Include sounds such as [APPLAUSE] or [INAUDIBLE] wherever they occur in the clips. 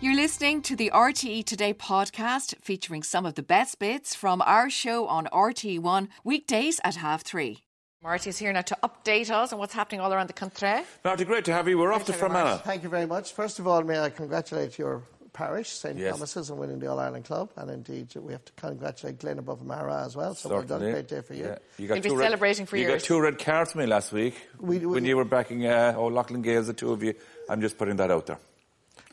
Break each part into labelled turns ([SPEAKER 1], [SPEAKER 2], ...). [SPEAKER 1] You're listening to the RTE Today podcast featuring some of the best bits from our show on RTE One weekdays at half three. Marty's here now to update us on what's happening all around the country.
[SPEAKER 2] Marty, great to have you. We're off to
[SPEAKER 1] Thank you very
[SPEAKER 2] Fermanagh.
[SPEAKER 3] Thank you very much. First of all, may I congratulate your parish, St
[SPEAKER 2] Yes.
[SPEAKER 3] Thomas's, on winning the All Ireland Club, and indeed we have to congratulate Glen above Mara as well. So well done,
[SPEAKER 2] Certainly.
[SPEAKER 3] great day for you.
[SPEAKER 2] Yeah. You got
[SPEAKER 1] They'll be
[SPEAKER 2] two red-
[SPEAKER 1] celebrating for
[SPEAKER 2] you
[SPEAKER 1] years.
[SPEAKER 2] got two red cards from me last week
[SPEAKER 3] We- we-
[SPEAKER 2] when you were backing uh, oh, Lachlan Gales, the two of you. I'm just putting that out there.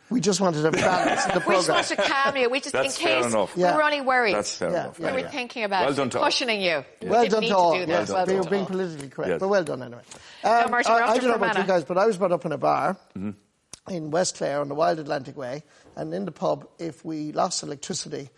[SPEAKER 3] We just wanted a balance in the
[SPEAKER 1] [LAUGHS] We just
[SPEAKER 3] programme.
[SPEAKER 1] want to calm you. We just,
[SPEAKER 2] That's
[SPEAKER 1] in case
[SPEAKER 2] fair enough.
[SPEAKER 1] we
[SPEAKER 3] Yeah.
[SPEAKER 1] were only worried.
[SPEAKER 2] That's fair
[SPEAKER 3] Yeah,
[SPEAKER 2] enough.
[SPEAKER 3] yeah,
[SPEAKER 1] we were
[SPEAKER 3] yeah.
[SPEAKER 1] thinking about
[SPEAKER 2] Well done to all.
[SPEAKER 1] cushioning you. We
[SPEAKER 3] Well
[SPEAKER 1] didn't
[SPEAKER 3] done
[SPEAKER 1] need
[SPEAKER 3] to all.
[SPEAKER 1] do
[SPEAKER 3] yes,
[SPEAKER 1] that. Well
[SPEAKER 3] they
[SPEAKER 1] done
[SPEAKER 3] were
[SPEAKER 1] to
[SPEAKER 3] being
[SPEAKER 1] all.
[SPEAKER 3] politically correct,
[SPEAKER 2] Yes.
[SPEAKER 3] but well done anyway. Um,
[SPEAKER 1] Martin, we're
[SPEAKER 3] I,
[SPEAKER 1] off
[SPEAKER 3] I
[SPEAKER 1] to
[SPEAKER 3] don't know about you
[SPEAKER 1] Fermanagh.
[SPEAKER 3] guys, but I was brought up in a bar in West Clare on the Wild Atlantic Way, and in the pub, if we lost electricity.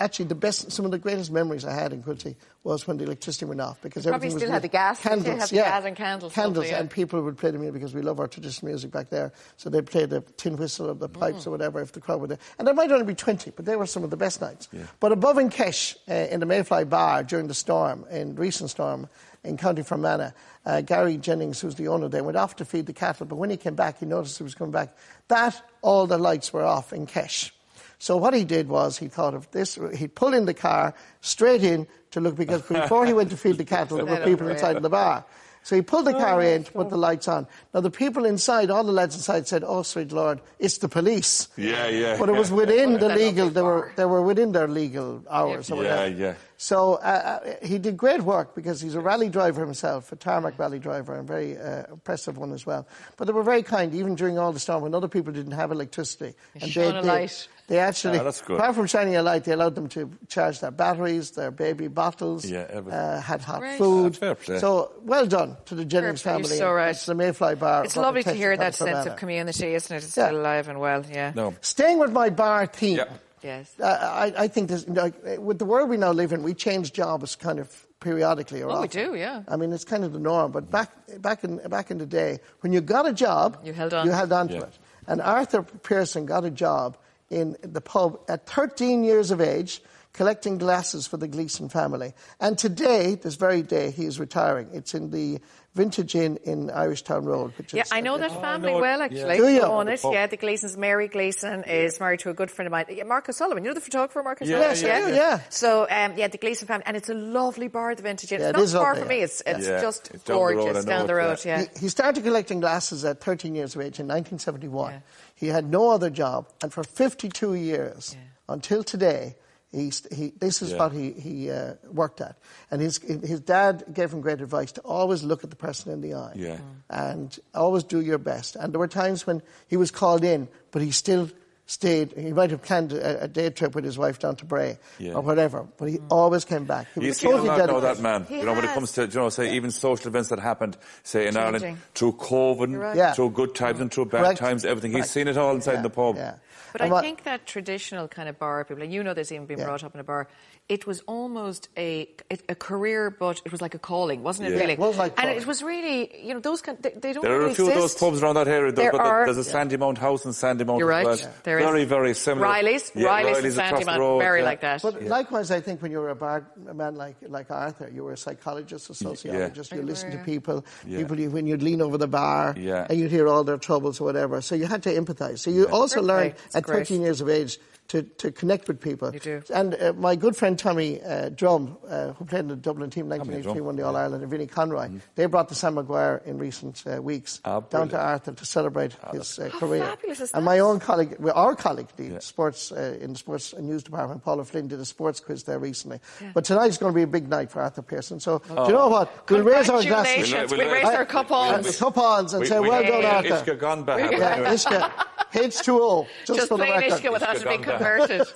[SPEAKER 3] Actually, the best, some of the greatest memories I had in Quincy was when the electricity went off because
[SPEAKER 1] probably
[SPEAKER 3] everything was
[SPEAKER 1] still
[SPEAKER 3] lit.
[SPEAKER 1] had the gas, you still
[SPEAKER 3] candles,
[SPEAKER 1] had the
[SPEAKER 3] yeah,
[SPEAKER 1] gas and candles,
[SPEAKER 3] candles,
[SPEAKER 1] lovely, yeah.
[SPEAKER 3] and people would play the music because we love our traditional music back there. So they'd play the tin whistle or the pipes or whatever if the crowd were there. And there might only be 20, but they were some of the best nights. But above in Kesh, uh, in the Mayfly Bar during the storm, in recent storm in County Fermanagh, uh, Gary Jennings, who's the owner there, went off to feed the cattle. But when he came back, he noticed he was coming back. That, all the lights were off in Kesh. So what he did was he thought of this. He pulled in the car straight in to look because before he went to feed the cattle, there were people inside the bar. So he pulled the
[SPEAKER 1] Oh,
[SPEAKER 3] car in to put the lights on. Now the people inside, all the lads inside, said, "Oh, sweet Lord, it's the police."
[SPEAKER 2] Yeah, yeah.
[SPEAKER 3] But it was within the
[SPEAKER 1] That'll be
[SPEAKER 3] legal. They were
[SPEAKER 1] far.
[SPEAKER 3] they were within their legal hours.
[SPEAKER 2] Yeah,
[SPEAKER 3] or whatever.
[SPEAKER 2] yeah.
[SPEAKER 3] So uh, uh, he did great work because he's a rally driver himself, a tarmac rally driver, and a very uh, impressive one as well. But they were very kind, even during all the storm when other people didn't have electricity. and
[SPEAKER 1] shone a
[SPEAKER 3] did.
[SPEAKER 1] light.
[SPEAKER 3] They actually,
[SPEAKER 2] Ah, that's good.
[SPEAKER 3] apart from shining a light, they allowed them to charge their batteries, their baby bottles,
[SPEAKER 2] Yeah, everything.
[SPEAKER 3] uh, had hot
[SPEAKER 1] Right.
[SPEAKER 3] food.
[SPEAKER 2] Ah, fair play.
[SPEAKER 3] So well done to the Jennings
[SPEAKER 1] play, you're
[SPEAKER 3] family.
[SPEAKER 1] so right.
[SPEAKER 3] It's the Mayfly Bar.
[SPEAKER 1] It's
[SPEAKER 3] up in
[SPEAKER 1] lovely to
[SPEAKER 3] Texas,
[SPEAKER 1] hear that
[SPEAKER 3] County
[SPEAKER 1] sense of
[SPEAKER 3] Fermanagh.
[SPEAKER 1] community, isn't it? It's
[SPEAKER 3] Yeah.
[SPEAKER 1] still alive and well, yeah.
[SPEAKER 2] No.
[SPEAKER 3] Staying with my bar theme.
[SPEAKER 2] Yeah.
[SPEAKER 1] Yes.
[SPEAKER 3] Uh, I, I think this, like, with the world we now live in, we change jobs kind of periodically. Or
[SPEAKER 1] Well, Oh, we
[SPEAKER 3] often.
[SPEAKER 1] do, yeah.
[SPEAKER 3] I mean, it's kind of the norm. But back back in back in the day, when you got a job,
[SPEAKER 1] You held on.
[SPEAKER 3] You held on
[SPEAKER 2] Yeah.
[SPEAKER 3] to it. And Arthur Pearson got a job in the pub at 13 years of age, collecting glasses for the Gleason family. And today, this very day, he is retiring. It's in the Vintage Inn in Irish Town Road. Which
[SPEAKER 4] Yeah,
[SPEAKER 3] is
[SPEAKER 4] I know that
[SPEAKER 2] Oh, I
[SPEAKER 4] family
[SPEAKER 2] know it.
[SPEAKER 4] well,
[SPEAKER 2] Yeah.
[SPEAKER 4] actually.
[SPEAKER 3] Do you?
[SPEAKER 4] I own it.
[SPEAKER 2] Oh.
[SPEAKER 4] Yeah, the Gleasons. Mary Gleason is married to a good friend of mine. Yeah, Mark O'Sullivan. You know the photographer, Mark O'Sullivan?
[SPEAKER 2] Yes, yeah, yeah.
[SPEAKER 3] yeah.
[SPEAKER 4] So, um, yeah, the Gleason family. And it's a lovely bar, the Vintage Inn.
[SPEAKER 3] Yeah,
[SPEAKER 4] it's
[SPEAKER 3] it
[SPEAKER 4] not
[SPEAKER 3] is
[SPEAKER 4] far
[SPEAKER 3] lovely,
[SPEAKER 4] from me.
[SPEAKER 3] yeah.
[SPEAKER 4] It's, it's
[SPEAKER 2] Yeah.
[SPEAKER 4] just
[SPEAKER 2] It's down the road,
[SPEAKER 4] gorgeous
[SPEAKER 2] I know
[SPEAKER 4] down the
[SPEAKER 2] it, yeah.
[SPEAKER 4] road, yeah.
[SPEAKER 3] He, he started collecting glasses at 13 years of age in 1971.
[SPEAKER 1] Yeah.
[SPEAKER 3] He had no other job, and for 52 years until today, he, st- he, this is
[SPEAKER 2] Yeah.
[SPEAKER 3] what he, he uh, worked at. And his, his dad gave him great advice to always look at the person in the eye
[SPEAKER 2] Yeah. Mm.
[SPEAKER 3] and always do your best. And there were times when he was called in, but he still stayed. He might have planned a, a day trip with his wife down to Bray
[SPEAKER 2] Yeah.
[SPEAKER 3] or whatever, but
[SPEAKER 4] Mm.
[SPEAKER 3] he always came back. He
[SPEAKER 2] You
[SPEAKER 3] was
[SPEAKER 2] see a
[SPEAKER 3] totally
[SPEAKER 2] lot now,
[SPEAKER 3] dedicated.
[SPEAKER 2] that man.
[SPEAKER 4] He
[SPEAKER 2] you know, when it
[SPEAKER 4] has.
[SPEAKER 2] comes to, you know, say even social events that happened, say in Ireland,
[SPEAKER 4] Changing.
[SPEAKER 2] through COVID,
[SPEAKER 4] right.
[SPEAKER 3] Yeah.
[SPEAKER 2] through good times and through bad
[SPEAKER 3] Correct.
[SPEAKER 2] times, everything.
[SPEAKER 3] Right.
[SPEAKER 2] He's seen it all inside
[SPEAKER 3] Yeah,
[SPEAKER 2] the pub.
[SPEAKER 3] yeah.
[SPEAKER 4] But
[SPEAKER 3] And
[SPEAKER 4] I
[SPEAKER 3] what-
[SPEAKER 4] think that traditional kind of bar people, and you know this even being
[SPEAKER 3] Yeah.
[SPEAKER 4] brought up in a bar, it was almost a a- a career, but it was like a calling, wasn't it?
[SPEAKER 2] Yeah.
[SPEAKER 4] Really,
[SPEAKER 3] It was like
[SPEAKER 4] and
[SPEAKER 3] calling.
[SPEAKER 4] it was really, you know, those kind, they, they don't.
[SPEAKER 2] There are
[SPEAKER 4] really
[SPEAKER 2] a few of those
[SPEAKER 4] exist.
[SPEAKER 2] pubs around that area. There's,
[SPEAKER 4] There
[SPEAKER 2] but there-
[SPEAKER 4] are.
[SPEAKER 2] there's a Sandy Mount house in Sandy Mount.
[SPEAKER 4] You're right.
[SPEAKER 2] as well.
[SPEAKER 4] There is.
[SPEAKER 2] very, very similar.
[SPEAKER 4] Riley's,
[SPEAKER 2] Yeah,
[SPEAKER 4] Riley's, and
[SPEAKER 2] across
[SPEAKER 4] Sandy
[SPEAKER 2] the
[SPEAKER 4] Mount,
[SPEAKER 2] road,
[SPEAKER 4] very
[SPEAKER 2] yeah.
[SPEAKER 4] like that.
[SPEAKER 3] But likewise, I think when you were a bar a man like, like Arthur, you were a psychologist, a sociologist. You listened to people,
[SPEAKER 2] Yeah.
[SPEAKER 3] people you, when you'd lean over the bar,
[SPEAKER 2] Yeah.
[SPEAKER 3] and you'd hear all their troubles or whatever. So you had to empathise. So you also
[SPEAKER 4] Fair play.
[SPEAKER 3] learned
[SPEAKER 4] It's
[SPEAKER 3] at
[SPEAKER 4] great.
[SPEAKER 3] 13 years of age to, to connect with people.
[SPEAKER 4] You do.
[SPEAKER 3] And uh, my good friend Tommy uh, Drum, uh, who played in the Dublin team 1983,
[SPEAKER 2] Drum, Mm-hmm.
[SPEAKER 3] won the All Ireland, and Vinnie Conroy, they brought the Sam Maguire in recent uh, weeks
[SPEAKER 2] Ah,
[SPEAKER 3] down
[SPEAKER 2] brilliant. Ah,
[SPEAKER 3] to Arthur to celebrate his uh, career.
[SPEAKER 4] fabulous is
[SPEAKER 3] and
[SPEAKER 4] that?
[SPEAKER 3] my own colleague, well, our colleague, the sports uh, in the sports and news department, Paula Flynn, did a sports quiz there recently. But tonight's going to be a big night for Arthur Pearson. So do you know what? We'll raise our glasses
[SPEAKER 4] Congratulations.
[SPEAKER 2] We'll-
[SPEAKER 4] We
[SPEAKER 2] we'll-
[SPEAKER 4] raised our cup on.
[SPEAKER 3] and the cup ons and say, "Well done,
[SPEAKER 2] got
[SPEAKER 3] Arthur."
[SPEAKER 2] Ishka gone
[SPEAKER 3] [LAUGHS]
[SPEAKER 2] back.
[SPEAKER 3] Yeah, Ishka. H2O, just,
[SPEAKER 4] Just
[SPEAKER 3] for the
[SPEAKER 4] plain
[SPEAKER 3] record.
[SPEAKER 4] Ishka without
[SPEAKER 2] Ishka
[SPEAKER 4] it being
[SPEAKER 2] gone
[SPEAKER 4] converted.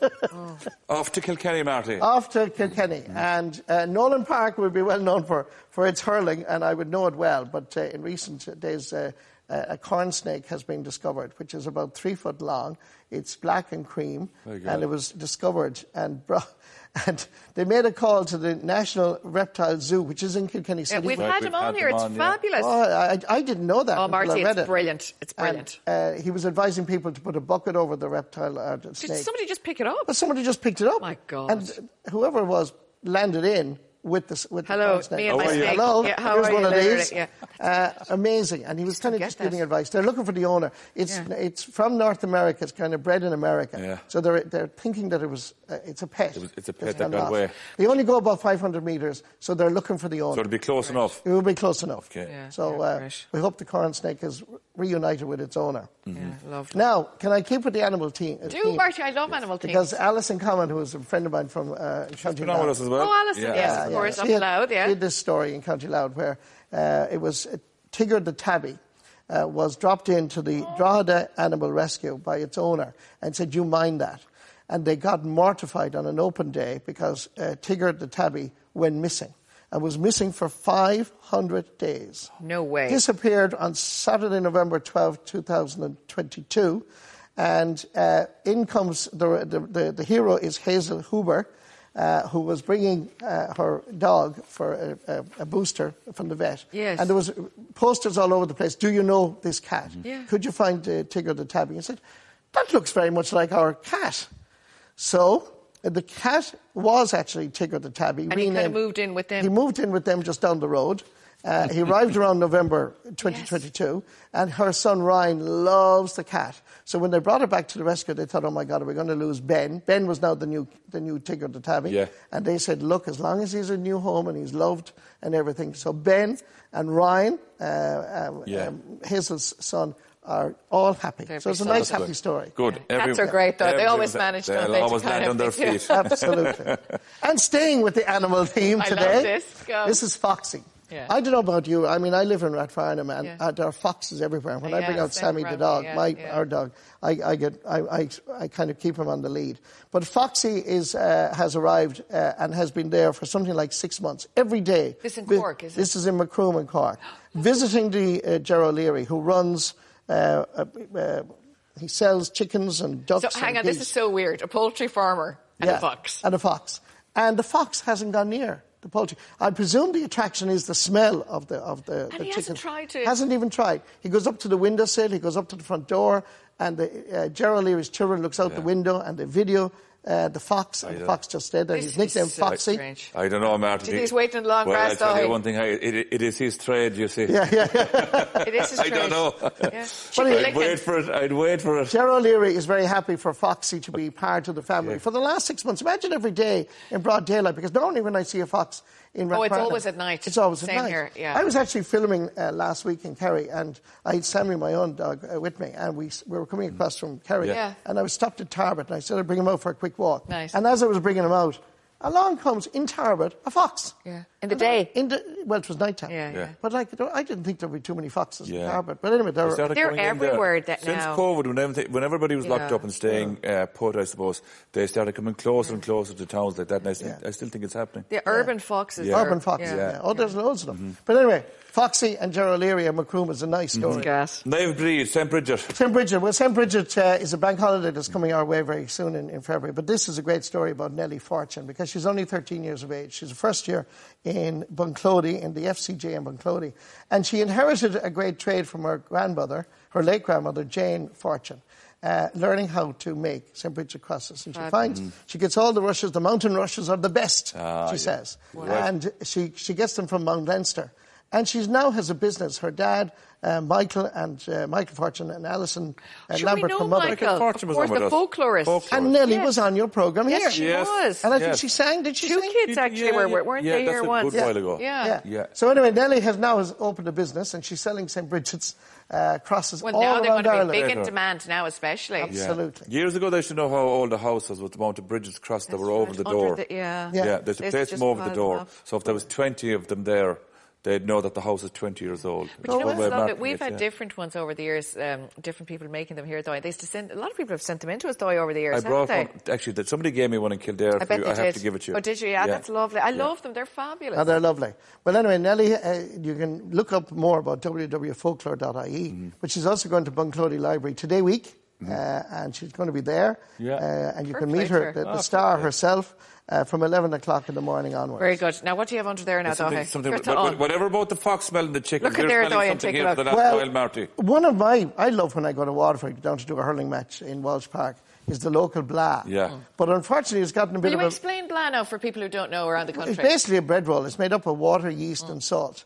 [SPEAKER 2] Off to Kilkenny, Marty.
[SPEAKER 3] After Kilkenny. And uh, Nolan Park will be well known for, for its hurling, and I would know it well. But uh, in recent days, uh, a a corn snake has been discovered, which is about three foot long. It's black and cream, and it was discovered. And, bro- [LAUGHS] and they made a call to the National Reptile Zoo, which is in Kilkenny City.
[SPEAKER 4] We've
[SPEAKER 2] Right,
[SPEAKER 4] had
[SPEAKER 2] we've
[SPEAKER 4] him on
[SPEAKER 2] had
[SPEAKER 4] here.
[SPEAKER 2] him
[SPEAKER 4] It's
[SPEAKER 2] on, yeah.
[SPEAKER 4] fabulous.
[SPEAKER 3] Oh, I, I didn't know that.
[SPEAKER 4] Oh,
[SPEAKER 3] until I
[SPEAKER 4] Marty,
[SPEAKER 3] read
[SPEAKER 4] it's
[SPEAKER 3] it.
[SPEAKER 4] brilliant. It's brilliant.
[SPEAKER 3] And, uh, he was advising people to put a bucket over the reptile or the
[SPEAKER 4] Did
[SPEAKER 3] snake.
[SPEAKER 4] somebody just pick it up?
[SPEAKER 3] But somebody just picked it up.
[SPEAKER 4] My God.
[SPEAKER 3] And whoever it was landed in with the with
[SPEAKER 4] Hello,
[SPEAKER 3] the French
[SPEAKER 4] me
[SPEAKER 3] name.
[SPEAKER 4] and my
[SPEAKER 2] How are you?
[SPEAKER 4] snake.
[SPEAKER 3] Hello,
[SPEAKER 4] Yeah, how
[SPEAKER 3] here's
[SPEAKER 4] are
[SPEAKER 3] one
[SPEAKER 4] you?
[SPEAKER 3] of
[SPEAKER 4] Literally,
[SPEAKER 3] these.
[SPEAKER 4] Yeah.
[SPEAKER 3] Uh, amazing, and he was kind of
[SPEAKER 4] get
[SPEAKER 3] just giving
[SPEAKER 4] that.
[SPEAKER 3] advice. They're looking for the owner. It's
[SPEAKER 4] Yeah.
[SPEAKER 3] it's from North America. It's kind of bred in America,
[SPEAKER 2] Yeah.
[SPEAKER 3] so they're they're thinking that it was uh, it's a pet.
[SPEAKER 2] It was- it's a
[SPEAKER 3] that's
[SPEAKER 2] pet that
[SPEAKER 3] gone
[SPEAKER 2] got
[SPEAKER 3] lost.
[SPEAKER 2] away.
[SPEAKER 3] They only go about 500 meters, so they're looking for the
[SPEAKER 2] So
[SPEAKER 3] owner.
[SPEAKER 2] it'll be close enough.
[SPEAKER 3] it will be close enough.
[SPEAKER 2] Okay. Yeah,
[SPEAKER 3] so
[SPEAKER 4] yeah,
[SPEAKER 3] uh,
[SPEAKER 4] fresh.
[SPEAKER 3] we hope the corn snake is reunited with its owner.
[SPEAKER 4] yeah, lovely.
[SPEAKER 3] Now, can I keep with the animal team?
[SPEAKER 4] Do, Marty, I love animal teams.
[SPEAKER 3] Because Alison Common, who is a friend of mine from uh, County
[SPEAKER 2] Put on with
[SPEAKER 3] Down-
[SPEAKER 2] us as well.
[SPEAKER 4] Oh, Alison, yes, of course. up
[SPEAKER 3] she had-
[SPEAKER 4] loud, yeah.
[SPEAKER 3] she had this story in County Loud where uh, it was uh, Tigger the tabby uh, was dropped into the
[SPEAKER 4] Oh.
[SPEAKER 3] Drogheda Animal Rescue by its owner and said, "You mind that?" And they got mortified on an open day because uh, Tigger the tabby went missing and was missing for 500 days.
[SPEAKER 4] No way.
[SPEAKER 3] Disappeared on Saturday, November 12, 2022. And uh, in comes the, the, the, the hero is Hazel Huber, uh, who was bringing uh, her dog for a, a, a booster from the vet.
[SPEAKER 4] Yes.
[SPEAKER 3] And there was posters all over the place. Do you know this cat?
[SPEAKER 4] Yeah.
[SPEAKER 3] Could you find uh, Tigger the tabby? And said, that looks very much like our cat. So uh, the cat was actually Tigger the tabby.
[SPEAKER 4] And he kinda
[SPEAKER 3] renamed-
[SPEAKER 4] moved in with them.
[SPEAKER 3] He moved in with them just down the road. Uh, he arrived
[SPEAKER 4] [LAUGHS]
[SPEAKER 3] around November 2022, and her son Ryan loves the cat. So when they brought her back to the rescue, they thought, "Oh my God, are we going to lose Ben?" Ben was now the new the new Tigger the Tabby,
[SPEAKER 2] Yeah.
[SPEAKER 3] and they said, "Look, as long as he's a new home and he's loved and everything." So Ben and Ryan, uh, um,
[SPEAKER 2] Yeah.
[SPEAKER 3] um, Hazel's son, are all happy.
[SPEAKER 4] They're
[SPEAKER 3] so it's a
[SPEAKER 4] beside
[SPEAKER 3] nice,
[SPEAKER 4] them.
[SPEAKER 3] happy story.
[SPEAKER 2] Good.
[SPEAKER 4] Cats are great, though. They always manage, don't
[SPEAKER 2] They'll
[SPEAKER 4] they, to
[SPEAKER 2] always
[SPEAKER 4] kind
[SPEAKER 2] land
[SPEAKER 4] of [LAUGHS]
[SPEAKER 2] on their
[SPEAKER 4] make you-
[SPEAKER 2] feet.
[SPEAKER 3] [LAUGHS] Absolutely. and staying with the animal theme
[SPEAKER 4] I love
[SPEAKER 3] today.
[SPEAKER 4] this. Go.
[SPEAKER 3] This is Foxy.
[SPEAKER 4] Yeah.
[SPEAKER 3] I don't know about you. I mean, I live in Rathfarnham, and
[SPEAKER 4] Yeah.
[SPEAKER 3] uh, there are foxes everywhere. When
[SPEAKER 4] Oh,
[SPEAKER 3] I bring
[SPEAKER 4] yeah,
[SPEAKER 3] out
[SPEAKER 4] same
[SPEAKER 3] Sammy the
[SPEAKER 4] around
[SPEAKER 3] dog,
[SPEAKER 4] here,
[SPEAKER 3] my
[SPEAKER 4] yeah.
[SPEAKER 3] our dog, I, I get I, I, I kind of keep him on the lead. But Foxy is uh, has arrived uh, and has been there for something like six months every day.
[SPEAKER 4] This in
[SPEAKER 3] Vi-
[SPEAKER 4] Cork, is it?
[SPEAKER 3] This is in Macroom in Cork, visiting the uh, Gerald Leary, who runs. Uh, uh, uh, he sells chickens and ducks.
[SPEAKER 4] So hang
[SPEAKER 3] and
[SPEAKER 4] on, this
[SPEAKER 3] geese.
[SPEAKER 4] is so weird. A poultry farmer and a fox.
[SPEAKER 3] And a fox. And the fox hasn't gone near the poultry. I presume the attraction is the smell of the of the,
[SPEAKER 4] And
[SPEAKER 3] the
[SPEAKER 4] he
[SPEAKER 3] chicken.
[SPEAKER 4] hasn't tried to-
[SPEAKER 3] Hasn't even tried. He goes up to the windowsill, he goes up to the front door, and the, uh, Gerald Leary's children looks out the window and they video uh, the fox, and the
[SPEAKER 2] yeah.
[SPEAKER 3] fox just stayed there.
[SPEAKER 4] This
[SPEAKER 3] He's
[SPEAKER 4] is
[SPEAKER 3] nicknamed
[SPEAKER 4] so
[SPEAKER 3] Foxy.
[SPEAKER 4] strange.
[SPEAKER 2] I don't know, Martin.
[SPEAKER 4] Do these wait in long
[SPEAKER 2] well,
[SPEAKER 4] grass,
[SPEAKER 2] I tell you
[SPEAKER 4] though?
[SPEAKER 2] one thing. I, it, it is his trade, you see.
[SPEAKER 3] Yeah, yeah, yeah.
[SPEAKER 4] It is his
[SPEAKER 2] [LAUGHS] I don't
[SPEAKER 4] trade.
[SPEAKER 2] know.
[SPEAKER 4] Yeah.
[SPEAKER 3] Funny,
[SPEAKER 2] [LAUGHS] I'd wait for it. I'd wait for it.
[SPEAKER 3] Gerald Leary is very happy for Foxy to be part of the family for the last six months. Imagine every day in broad daylight, because normally when I see a fox in
[SPEAKER 4] Oh, it's
[SPEAKER 3] Rathfarnham-
[SPEAKER 4] always at night.
[SPEAKER 3] It's always
[SPEAKER 4] Same
[SPEAKER 3] at night.
[SPEAKER 4] here, yeah.
[SPEAKER 3] I was actually filming uh, last week in Kerry, and I had Sammy, my own dog, uh, with me, and we, s- we were coming across from Kerry,
[SPEAKER 2] Yeah.
[SPEAKER 4] Yeah.
[SPEAKER 3] and I was stopped at Tarbert, and I said I'd bring him out for a quick walk.
[SPEAKER 4] Nice.
[SPEAKER 3] And as I was bringing him out, along comes in Tarbert a fox.
[SPEAKER 4] Yeah. In the
[SPEAKER 3] And
[SPEAKER 4] day?
[SPEAKER 3] I- In the well, it was nighttime.
[SPEAKER 4] Yeah, Yeah. yeah.
[SPEAKER 3] But like, I didn't think there'd be too many foxes in
[SPEAKER 2] Yeah.
[SPEAKER 3] Tarbert. But anyway, there
[SPEAKER 2] They
[SPEAKER 3] were.
[SPEAKER 2] started
[SPEAKER 4] They're
[SPEAKER 2] going in there.
[SPEAKER 4] everywhere that
[SPEAKER 2] Since
[SPEAKER 4] now.
[SPEAKER 2] COVID, when, everything- when everybody was locked
[SPEAKER 4] Yeah.
[SPEAKER 2] up and staying uh, put, I suppose, they started coming closer and closer to towns like that. And I, still-
[SPEAKER 3] Yeah.
[SPEAKER 2] I still think it's happening.
[SPEAKER 4] The urban foxes.
[SPEAKER 2] Yeah.
[SPEAKER 4] are-
[SPEAKER 3] Urban Fox.
[SPEAKER 4] yeah.
[SPEAKER 3] Yeah. Oh, there's loads of them. But anyway, Foxy and Gerald Leary and McCroom is a nice story.
[SPEAKER 4] Gas.
[SPEAKER 2] Nave Breeze, St. Bridget.
[SPEAKER 3] St. Bridget. Well, St. Bridget uh, is a bank holiday that's coming our way very soon in, in February. But this is a great story about Nellie Fortune because she's only 13 years of age. She's a first year in Bunclody, in the FCJ in Bunclody. And she inherited a great trade from her grandmother, her late grandmother, Jane Fortune. Uh, learning how to make St. Bridget crosses. And she finds, she gets all the rushes, the mountain rushes are the best, she says. And she, she gets them from Mount Leinster. And she now has a business. Her dad, uh, Michael, and uh, Michael Fortune and Alison uh,
[SPEAKER 4] Should we
[SPEAKER 3] Lambert,
[SPEAKER 4] know
[SPEAKER 3] her mother.
[SPEAKER 4] Michael?
[SPEAKER 2] Fortune
[SPEAKER 4] of
[SPEAKER 2] was
[SPEAKER 4] course,
[SPEAKER 2] on
[SPEAKER 4] the
[SPEAKER 2] with us.
[SPEAKER 4] folklorist.
[SPEAKER 2] Folklorist.
[SPEAKER 3] And Nellie
[SPEAKER 4] Yes.
[SPEAKER 3] was on your program
[SPEAKER 4] Yes,
[SPEAKER 3] here.
[SPEAKER 4] she
[SPEAKER 2] Yes.
[SPEAKER 4] was.
[SPEAKER 3] And I think
[SPEAKER 2] Yes.
[SPEAKER 3] she sang. Did she
[SPEAKER 4] Two
[SPEAKER 3] sing?
[SPEAKER 4] kids actually
[SPEAKER 2] Yeah,
[SPEAKER 4] were,
[SPEAKER 2] yeah,
[SPEAKER 4] weren't
[SPEAKER 2] yeah,
[SPEAKER 4] they
[SPEAKER 2] that's
[SPEAKER 4] here
[SPEAKER 2] a
[SPEAKER 4] once?
[SPEAKER 2] good while ago.
[SPEAKER 4] Yeah.
[SPEAKER 3] Yeah.
[SPEAKER 2] Yeah.
[SPEAKER 3] So anyway, Nellie has now has opened a business and she's selling St. Bridget's uh, crosses
[SPEAKER 4] Well,
[SPEAKER 3] all
[SPEAKER 4] now they're
[SPEAKER 3] around
[SPEAKER 4] going to
[SPEAKER 3] Ireland.
[SPEAKER 4] be big in demand now, especially.
[SPEAKER 3] Yeah. Absolutely.
[SPEAKER 2] Years ago, they should know how old the house was with the amount of bridges crossed that
[SPEAKER 4] That's
[SPEAKER 2] were over
[SPEAKER 4] right,
[SPEAKER 2] the
[SPEAKER 4] under
[SPEAKER 2] door.
[SPEAKER 4] the- yeah.
[SPEAKER 3] Yeah.
[SPEAKER 2] yeah. there's a
[SPEAKER 4] There's
[SPEAKER 2] place
[SPEAKER 4] just
[SPEAKER 2] them over the
[SPEAKER 4] piles
[SPEAKER 2] door.
[SPEAKER 4] of-
[SPEAKER 2] So if there was 20 of them there, they'd know that the house is 20 years old.
[SPEAKER 4] But you know
[SPEAKER 2] That's one way
[SPEAKER 4] what's
[SPEAKER 2] of
[SPEAKER 4] lovely?
[SPEAKER 2] marketing
[SPEAKER 4] We've
[SPEAKER 2] it,
[SPEAKER 4] had
[SPEAKER 2] yeah.
[SPEAKER 4] different ones over the years, um, different people making them here, though. They used to send, a lot of people have sent them into us, though, over the years,
[SPEAKER 2] I brought
[SPEAKER 4] haven't they?
[SPEAKER 2] one. Actually, that somebody gave me one in Kildare.
[SPEAKER 4] I
[SPEAKER 2] for
[SPEAKER 4] bet
[SPEAKER 2] you.
[SPEAKER 4] they
[SPEAKER 2] I
[SPEAKER 4] did.
[SPEAKER 2] have to give it to you.
[SPEAKER 4] Oh, did you? Yeah, that's lovely. I love them. They're fabulous.
[SPEAKER 3] And Oh, they're lovely. Well, anyway, Nellie, uh, you can look up more about E www.folklore.ie,
[SPEAKER 2] Mm-hmm.
[SPEAKER 3] but she's also going to Bunclody Library today week, uh, and she's going to be there.
[SPEAKER 2] Yeah. Ah,
[SPEAKER 3] Uh, and you can
[SPEAKER 4] Perfect.
[SPEAKER 3] meet her, the, the star herself, uh, from 11 o'clock in the morning onwards.
[SPEAKER 4] Very good. Now, what do you have under there now,
[SPEAKER 2] Something,
[SPEAKER 4] Dohe?
[SPEAKER 2] something,
[SPEAKER 4] First
[SPEAKER 2] wha-
[SPEAKER 4] of
[SPEAKER 2] wha-
[SPEAKER 4] all,
[SPEAKER 2] whatever about the fox smelling the chicken.
[SPEAKER 4] Look at
[SPEAKER 2] you're
[SPEAKER 4] there,
[SPEAKER 2] smelling
[SPEAKER 4] Doyle,
[SPEAKER 2] something
[SPEAKER 4] take a
[SPEAKER 2] here for
[SPEAKER 4] look.
[SPEAKER 2] the last
[SPEAKER 3] Well,
[SPEAKER 2] while, Marty.
[SPEAKER 3] One of my, I love when I go to Waterford down to do a hurling match in Walsh Park is the local blah.
[SPEAKER 2] Yeah. Mm.
[SPEAKER 3] But unfortunately, it's gotten a bit
[SPEAKER 4] Will you
[SPEAKER 3] of a.
[SPEAKER 4] explain blah now for people who don't know around the country?
[SPEAKER 3] It's basically a bread roll. It's made up of water, yeast, and salt,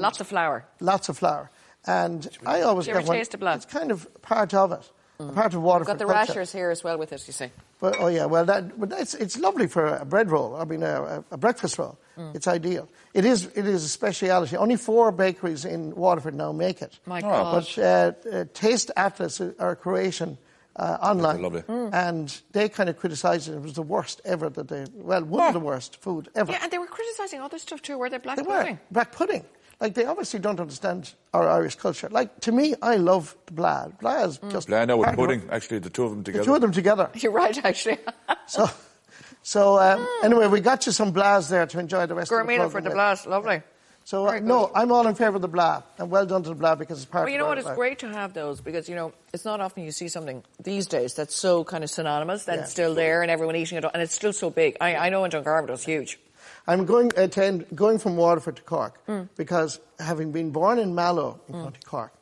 [SPEAKER 4] Mm. Lots of flour.
[SPEAKER 3] lots of flour. And I always
[SPEAKER 4] Do you ever
[SPEAKER 3] get one.
[SPEAKER 4] taste the blood? Mm.
[SPEAKER 3] It's kind of part of it, a part of water.
[SPEAKER 4] Got the
[SPEAKER 3] for culture.
[SPEAKER 4] rashers here as well with it, you see.
[SPEAKER 3] But, oh yeah, well that but that's, it's lovely for a bread roll. I mean a, a breakfast roll.
[SPEAKER 4] Mm.
[SPEAKER 3] It's ideal. It is it is a speciality. Only four bakeries in Waterford now make it.
[SPEAKER 4] My
[SPEAKER 2] Oh.
[SPEAKER 4] God.
[SPEAKER 3] But uh, uh, Taste Atlas are Croatian uh, online,
[SPEAKER 2] lovely.
[SPEAKER 4] Mm.
[SPEAKER 3] and they kind of criticised it. It was the worst ever that they well one of the worst food ever.
[SPEAKER 4] Yeah, and they were criticising other stuff too, were they? Black
[SPEAKER 3] They were.
[SPEAKER 4] pudding.
[SPEAKER 3] Black pudding. Like, they obviously don't understand our Irish culture. Like, to me, I love the blah. Blah is
[SPEAKER 4] Mm.
[SPEAKER 3] just.
[SPEAKER 2] Blano and
[SPEAKER 3] part of-
[SPEAKER 2] pudding, actually, the two of them
[SPEAKER 3] The
[SPEAKER 2] together.
[SPEAKER 3] two of them together.
[SPEAKER 4] [LAUGHS] You're right, actually. [LAUGHS]
[SPEAKER 3] So, [LAUGHS] so um, anyway, we got you some blahs there to enjoy the rest
[SPEAKER 4] Mm. Gourmet
[SPEAKER 3] of the
[SPEAKER 4] for
[SPEAKER 3] program
[SPEAKER 4] the
[SPEAKER 3] with.
[SPEAKER 4] blast, lovely.
[SPEAKER 3] So, uh,
[SPEAKER 4] Very good.
[SPEAKER 3] no, I'm all in favour of the blah. And well done to the blah because it's part
[SPEAKER 4] Well, you know
[SPEAKER 3] of our
[SPEAKER 4] what? It's
[SPEAKER 3] life.
[SPEAKER 4] great to have those because you know it's not often you see something these days that's so kind of synonymous that's
[SPEAKER 3] Yeah.
[SPEAKER 4] still there and everyone eating it, and it's still so big. I, I know in Dungarvan it was huge.
[SPEAKER 3] I'm going uh, to end, going from Waterford to Cork
[SPEAKER 4] Hmm.
[SPEAKER 3] because having been born in Mallow in County Cork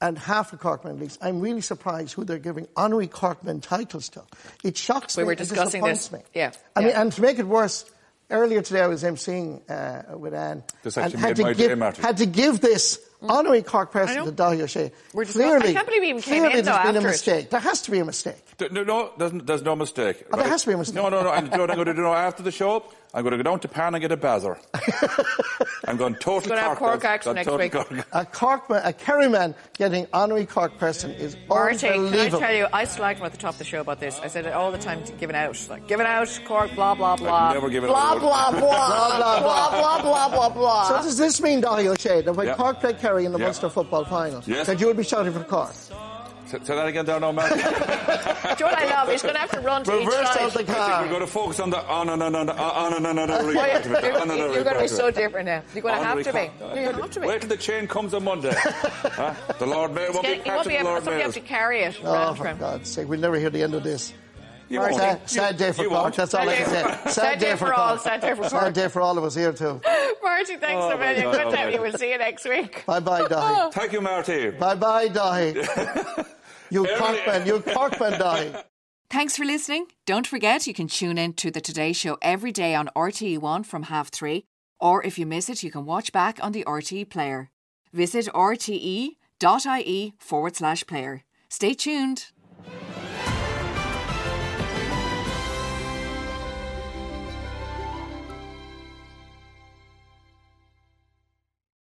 [SPEAKER 3] and half the Corkmen leagues, I'm really surprised who they're giving honorary Corkmen titles to. It shocks
[SPEAKER 4] We
[SPEAKER 3] me.
[SPEAKER 4] were
[SPEAKER 3] it
[SPEAKER 4] discussing
[SPEAKER 3] disappoints
[SPEAKER 4] this.
[SPEAKER 3] Me.
[SPEAKER 4] Yeah,
[SPEAKER 3] I mean,
[SPEAKER 4] yeah.
[SPEAKER 3] and to make it worse, earlier today I was emceeing uh, with Anne
[SPEAKER 2] This
[SPEAKER 3] and
[SPEAKER 2] actually
[SPEAKER 3] had
[SPEAKER 2] made
[SPEAKER 3] to
[SPEAKER 2] my day,
[SPEAKER 3] give
[SPEAKER 2] Martin.
[SPEAKER 3] had to give this honorary Cork
[SPEAKER 4] Mm. I know.
[SPEAKER 3] person to Dahi O'Shea.
[SPEAKER 4] We're discuss-
[SPEAKER 3] clearly,
[SPEAKER 4] I can't believe we even came
[SPEAKER 3] clearly
[SPEAKER 4] in, though,
[SPEAKER 3] there's been a
[SPEAKER 4] after it.
[SPEAKER 3] mistake. There has to be a mistake.
[SPEAKER 2] Th- No, no, there's, n- there's no mistake.
[SPEAKER 3] Oh, there has to be a mistake.
[SPEAKER 2] No, no, no. And you know what I'm going to do now after the show? I'm going to go down to Pan and get a
[SPEAKER 3] [LAUGHS]
[SPEAKER 2] bazaar. I'm going total
[SPEAKER 4] Gonna have Cork
[SPEAKER 2] lads.
[SPEAKER 4] action
[SPEAKER 2] Gone
[SPEAKER 4] next
[SPEAKER 2] total
[SPEAKER 4] week.
[SPEAKER 2] Cork.
[SPEAKER 3] A Corkman, a Kerryman getting honorary Cork person is
[SPEAKER 4] Marty, can I
[SPEAKER 3] unbelievable.
[SPEAKER 4] tell you, I slagged him at the top of the show about this. I said it all the time, to giving out, like giving out, Cork, blah blah blah,
[SPEAKER 2] never given
[SPEAKER 4] blah,
[SPEAKER 2] out.
[SPEAKER 4] blah blah blah
[SPEAKER 3] Blah,
[SPEAKER 4] blah blah
[SPEAKER 3] blah,
[SPEAKER 4] blah blah blah.
[SPEAKER 3] So does this mean, Dahi O'Shea, that when
[SPEAKER 2] Yeah.
[SPEAKER 3] Cork played Kerry in the
[SPEAKER 2] Yeah.
[SPEAKER 3] Munster football final,
[SPEAKER 2] Yes.
[SPEAKER 3] that you would be shouting for Cork?
[SPEAKER 2] Say say that again down now,
[SPEAKER 3] [LAUGHS]
[SPEAKER 2] Mark.
[SPEAKER 4] Do you know what I love? He's going to have to run to each
[SPEAKER 3] Reverse
[SPEAKER 4] side.
[SPEAKER 3] out the
[SPEAKER 2] We're
[SPEAKER 3] car.
[SPEAKER 2] going to focus on the oh, on and on and on and on and
[SPEAKER 4] Well,
[SPEAKER 2] on.
[SPEAKER 4] you're
[SPEAKER 2] Oh,
[SPEAKER 4] going to be so different now. You're going to have to be. You're going to have to be.
[SPEAKER 2] Wait till the chain comes on
[SPEAKER 3] [LAUGHS]
[SPEAKER 2] Monday. Huh? The Lord Mayor won't
[SPEAKER 4] Yeah,
[SPEAKER 2] be
[SPEAKER 4] you won't
[SPEAKER 2] patching
[SPEAKER 4] be
[SPEAKER 2] the
[SPEAKER 4] able,
[SPEAKER 2] Lord
[SPEAKER 4] somebody
[SPEAKER 2] Mayor.
[SPEAKER 4] have to carry it
[SPEAKER 3] Oh,
[SPEAKER 4] around for
[SPEAKER 3] for
[SPEAKER 4] him.
[SPEAKER 3] God's sake, we'll never hear the end of this.
[SPEAKER 2] You
[SPEAKER 3] Sad,
[SPEAKER 2] won't.
[SPEAKER 3] sad day for
[SPEAKER 2] You
[SPEAKER 3] Cork,
[SPEAKER 2] won't.
[SPEAKER 3] that's all I can say.
[SPEAKER 4] Sad day for all, sad day for Cork.
[SPEAKER 3] Sad day for all of us here, too.
[SPEAKER 4] Marty, thanks
[SPEAKER 2] Oh,
[SPEAKER 4] so
[SPEAKER 2] my
[SPEAKER 4] much.
[SPEAKER 2] God,
[SPEAKER 4] Good to
[SPEAKER 2] oh, my
[SPEAKER 4] have you.
[SPEAKER 2] God.
[SPEAKER 4] We'll see you next week.
[SPEAKER 3] Bye-bye,
[SPEAKER 4] [LAUGHS]
[SPEAKER 3] Dahi.
[SPEAKER 2] Thank you, Marty.
[SPEAKER 3] Bye-bye,
[SPEAKER 2] [LAUGHS]
[SPEAKER 3] Dahi. You
[SPEAKER 2] Every-
[SPEAKER 3] Corkman, you Corkman, Dahi.
[SPEAKER 1] Thanks for listening. Don't forget you can tune in to the Today Show every day on RTE One from half three, or if you miss it, you can watch back on the E RTE E player. Visit rte.ie forward slash player. Stay tuned.